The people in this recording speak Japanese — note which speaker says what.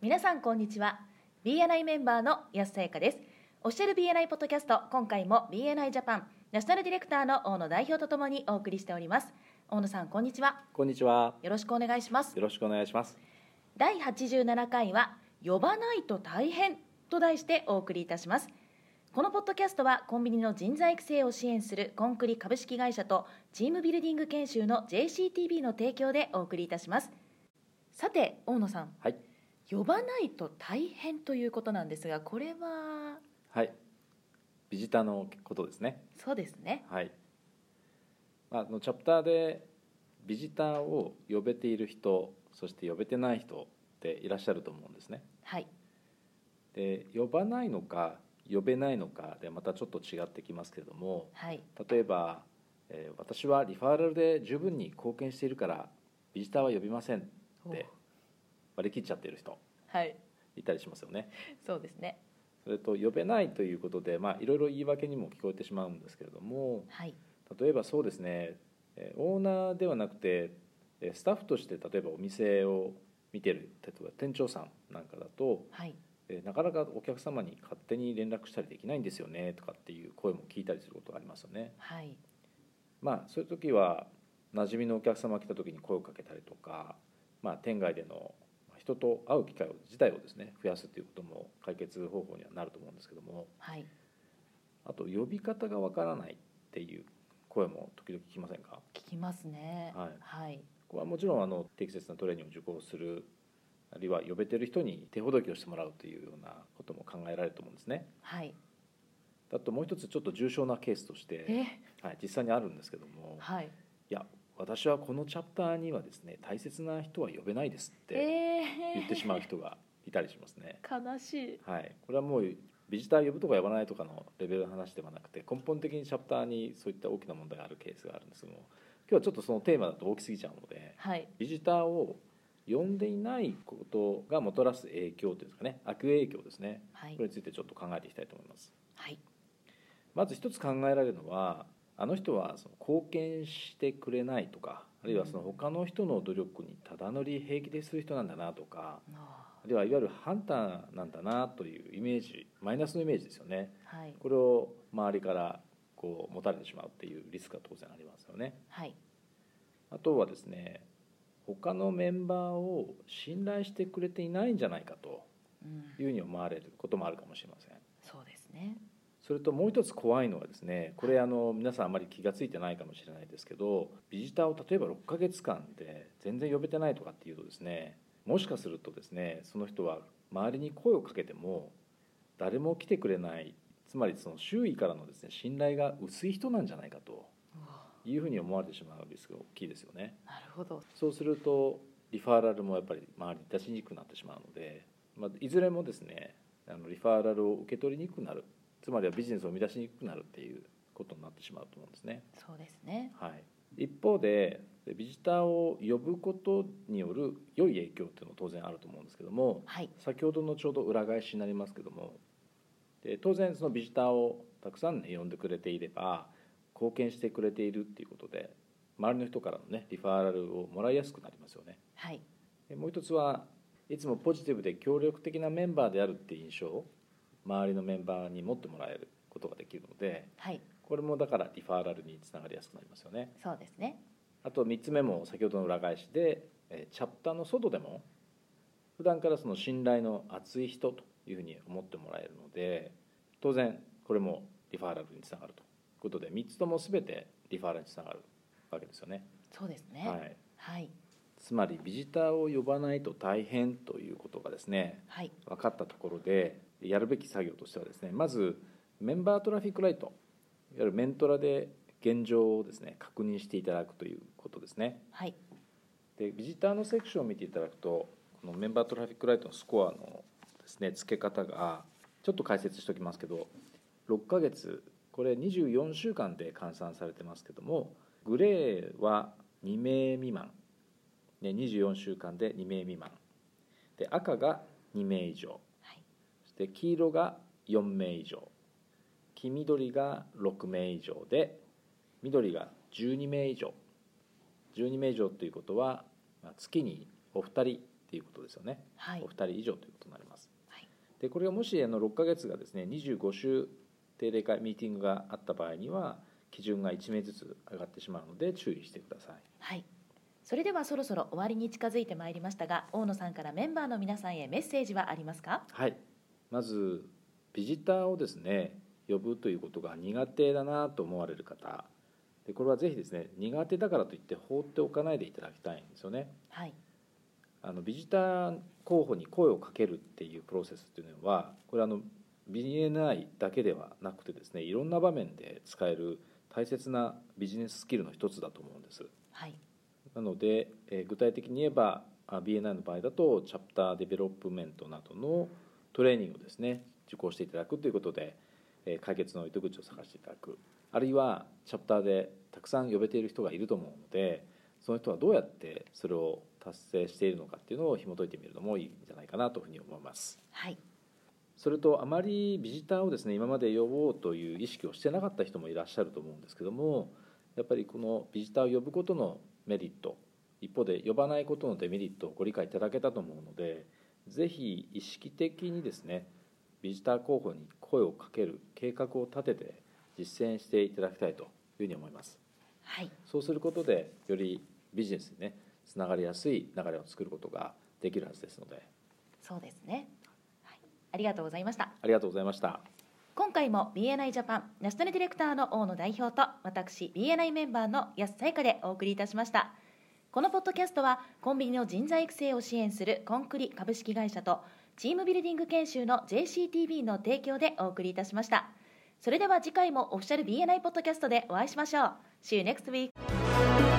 Speaker 1: 皆さんこんにちは BNI メンバーの安さやかですオフィシャル BNI ポッドキャスト今回も BNI ジャパンナショナルディレクターの大野代表とともにお送りしております大野さんこんにちは
Speaker 2: こんにちは。
Speaker 1: よろしくお願いします
Speaker 2: よろしくお願いします。
Speaker 1: 第87回は呼ばないと大変と題してお送りいたしますこのポッドキャストはコンビニの人材育成を支援するコンクリ株式会社とチームビルディング研修の JCTB の提供でお送りいたしますさて大野さん
Speaker 2: はい。
Speaker 1: 呼ばないと大変ということなんですがこれは
Speaker 2: はい。ビジターのことですね。
Speaker 1: そうですね
Speaker 2: はい。まあ、あのチャプターでビジターを呼べている人、そして呼べてない人っていらっしゃると思うんですね。
Speaker 1: はい
Speaker 2: で、呼ばないのか呼べないのかでまたちょっと違ってきますけれども、
Speaker 1: はい
Speaker 2: 例えば、えー私はリファーラルで十分に貢献しているからビジターは呼びませんって割り切っちゃってる人
Speaker 1: はい
Speaker 2: いたりしますよね。
Speaker 1: そうですね
Speaker 2: それと呼べないということで、まあ、いろいろ言い訳にも聞こえてしまうんですけれども
Speaker 1: はい
Speaker 2: 例えばそうですねえーオーナーではなくてえースタッフとして例えばお店を見てる例えば店長さんなんかだと
Speaker 1: はい
Speaker 2: えーなかなかお客様に勝手に連絡したりできないんですよねとかっていう声も聞いたりすることがありますよね。
Speaker 1: はい
Speaker 2: まあ、そういう時は馴染みのお客様が来た時に声をかけたりとか、まあ、店外での人と会う機会を自体をですね増やすということも解決方法にはなると思うんですけども。
Speaker 1: はい
Speaker 2: あと呼び方がわからないっていう声も時々聞きませんか
Speaker 1: 聞きますね
Speaker 2: はい
Speaker 1: はい
Speaker 2: これはもちろんあの適切なトレーニングを受講するあるいは呼べてる人に手ほどきをしてもらうというようなことも考えられると思うんですね。
Speaker 1: はい
Speaker 2: あともう一つちょっと重症なケースとして、
Speaker 1: え
Speaker 2: はい、実際にあるんですけども
Speaker 1: はい
Speaker 2: いや私はこのチャプターにはですね大切な人は呼べないですって
Speaker 1: え
Speaker 2: 言ってし
Speaker 1: う
Speaker 2: まう人がいたりしますね。
Speaker 1: 悲しい
Speaker 2: はい、これはもうビジター呼ぶとか呼ばないとかのレベルの話ではなくて根本的にチャプターにそういった大きな問題があるケースがあるんですけども今日はちょっとそのテーマだと大きすぎちゃうので
Speaker 1: はい
Speaker 2: ビジターを呼んでいないことがもたらす影響というんですかね悪影響ですね
Speaker 1: はい
Speaker 2: これについてちょっと考えていきたいと思います
Speaker 1: はい
Speaker 2: まず一つ考えられるのはあの人はその貢献してくれないとかあるいはその他の人の努力にただ乗り平気でする人なんだなとか
Speaker 1: あ
Speaker 2: あるいはいわゆるハンターなんだなというイメージマイナスのイメージですよね
Speaker 1: ーはい
Speaker 2: これを周りからこう持たれてしまうっていうリスクが当然ありますよね
Speaker 1: はい
Speaker 2: あとはですね他のメンバーを信頼してくれていないんじゃないかと
Speaker 1: うん
Speaker 2: いうふうに思われることもあるかもしれません
Speaker 1: そうですね
Speaker 2: それともう一つ怖いのはですねこれあの皆さんあまり気が付いてないかもしれないですけどビジターを例えば6ヶ月間で全然呼べてないとかっていうとですねもしかするとですねその人は周りに声をかけても誰も来てくれないつまりその周囲からのですね信頼が薄い人なんじゃないかと
Speaker 1: うわ
Speaker 2: いうふうに思われてしまうリスクが大きいですよね。
Speaker 1: なるほど
Speaker 2: そうするとリファーラルもやっぱり周りに出しにくくなってしまうので、まあ、いずれもですねあのリファーラルを受け取りにくくなるつまりはビジネスを生み出しにくくなるっていうことになってしまうと思うんですね。
Speaker 1: そうですね
Speaker 2: はい、一方でビジターを呼ぶことによる良い影響っていうのは当然あると思うんですけども
Speaker 1: はい
Speaker 2: 先ほどのちょうど裏返しになりますけどもで当然そのビジターをたくさんね呼んでくれていれば貢献してくれているっていうことで周りの人からのねリファーラルをもらいやすくなりますよね
Speaker 1: はい
Speaker 2: でもう一つはいつもポジティブで協力的なメンバーであるっていう印象を周りのメンバーに持ってもらえることができるので
Speaker 1: はい
Speaker 2: これもだからリファーラルにつながりやすくなりますよね
Speaker 1: そうですね
Speaker 2: あと3つ目も先ほどの裏返しでえーチャプターの外でも普段からその信頼の厚い人というふうに思ってもらえるので当然これもリファーラルにつながるということで3つとも全てリファーラルにつながるわけですよね。
Speaker 1: そうですね
Speaker 2: はい、
Speaker 1: はい
Speaker 2: つまりビジターを呼ばないと大変ということがですね
Speaker 1: はい
Speaker 2: 分かったところでやるべき作業としてはですねまずメンバートラフィックライトいわゆるメントラで現状をですね確認していただくということですね。
Speaker 1: はい
Speaker 2: でビジターのセクションを見ていただくとこのメンバートラフィックライトのスコアのですね付け方がちょっと解説しておきますけど6ヶ月これ24週間で換算されてますけどもグレーは2名未満、ね、24週間で2名未満で赤が2名以上
Speaker 1: はい
Speaker 2: そして黄色が4名以上黄緑が6名以上で緑が12名以上12名以上ということはまあ月にお二人っていうことですよね、
Speaker 1: はい
Speaker 2: お二人以上ということになります。
Speaker 1: はい
Speaker 2: でこれがもしあの6ヶ月がですね25週定例会ミーティングがあった場合には基準が1名ずつ上がってしまうので注意してください。
Speaker 1: はいそれではそろそろ終わりに近づいてまいりましたが大野さんからメンバーの皆さんへメッセージはありますか
Speaker 2: はい、まずビジターをですね呼ぶということが苦手だなと思われる方でこれはぜひですね苦手だからといって放っておかないでいただきたいんですよね
Speaker 1: はい
Speaker 2: あのビジター候補に声をかけるっていうプロセスっていうのはこれあの BNI だけではなくてですねいろんな場面で使える大切なビジネススキルの一つだと思うんです
Speaker 1: はい
Speaker 2: なので、えー具体的に言えばあ BNI の場合だとチャプターデベロップメントなどのトレーニングをですね受講していただくということで、えー解決の糸口を探していただくあるいはチャプターでたくさん呼べている人がいると思うのでその人はどうやってそれを達成しているのかっていうのを紐解いてみるのもいいんじゃないかなというふうに思います。
Speaker 1: はい
Speaker 2: それとあまりビジターをですね今まで呼ぼうという意識をしてなかった人もいらっしゃると思うんですけどもやっぱりこのビジターを呼ぶことのメリット一方で呼ばないことのデメリットをご理解いただけたと思うのでぜひ意識的にですねビジター候補に声をかける計画を立てて実践していただきたいというふうに思います。
Speaker 1: はい
Speaker 2: そうすることでよりビジネスにねつながりやすい流れを作ることができるはずですので
Speaker 1: そうですね、はい、ありがとうございました
Speaker 2: ありがとうございました。
Speaker 1: 今回も BNI ジャパンナショナルディレクターの大野代表と私 BNI メンバーの安さゆかでお送りいたしましたこのポッドキャストはコンビニの人材育成を支援するコンクリ株式会社とチームビルディング研修の JCTB の提供でお送りいたしましたそれでは次回もオフィシャル BNI ポッドキャストでお会いしましょう See you next week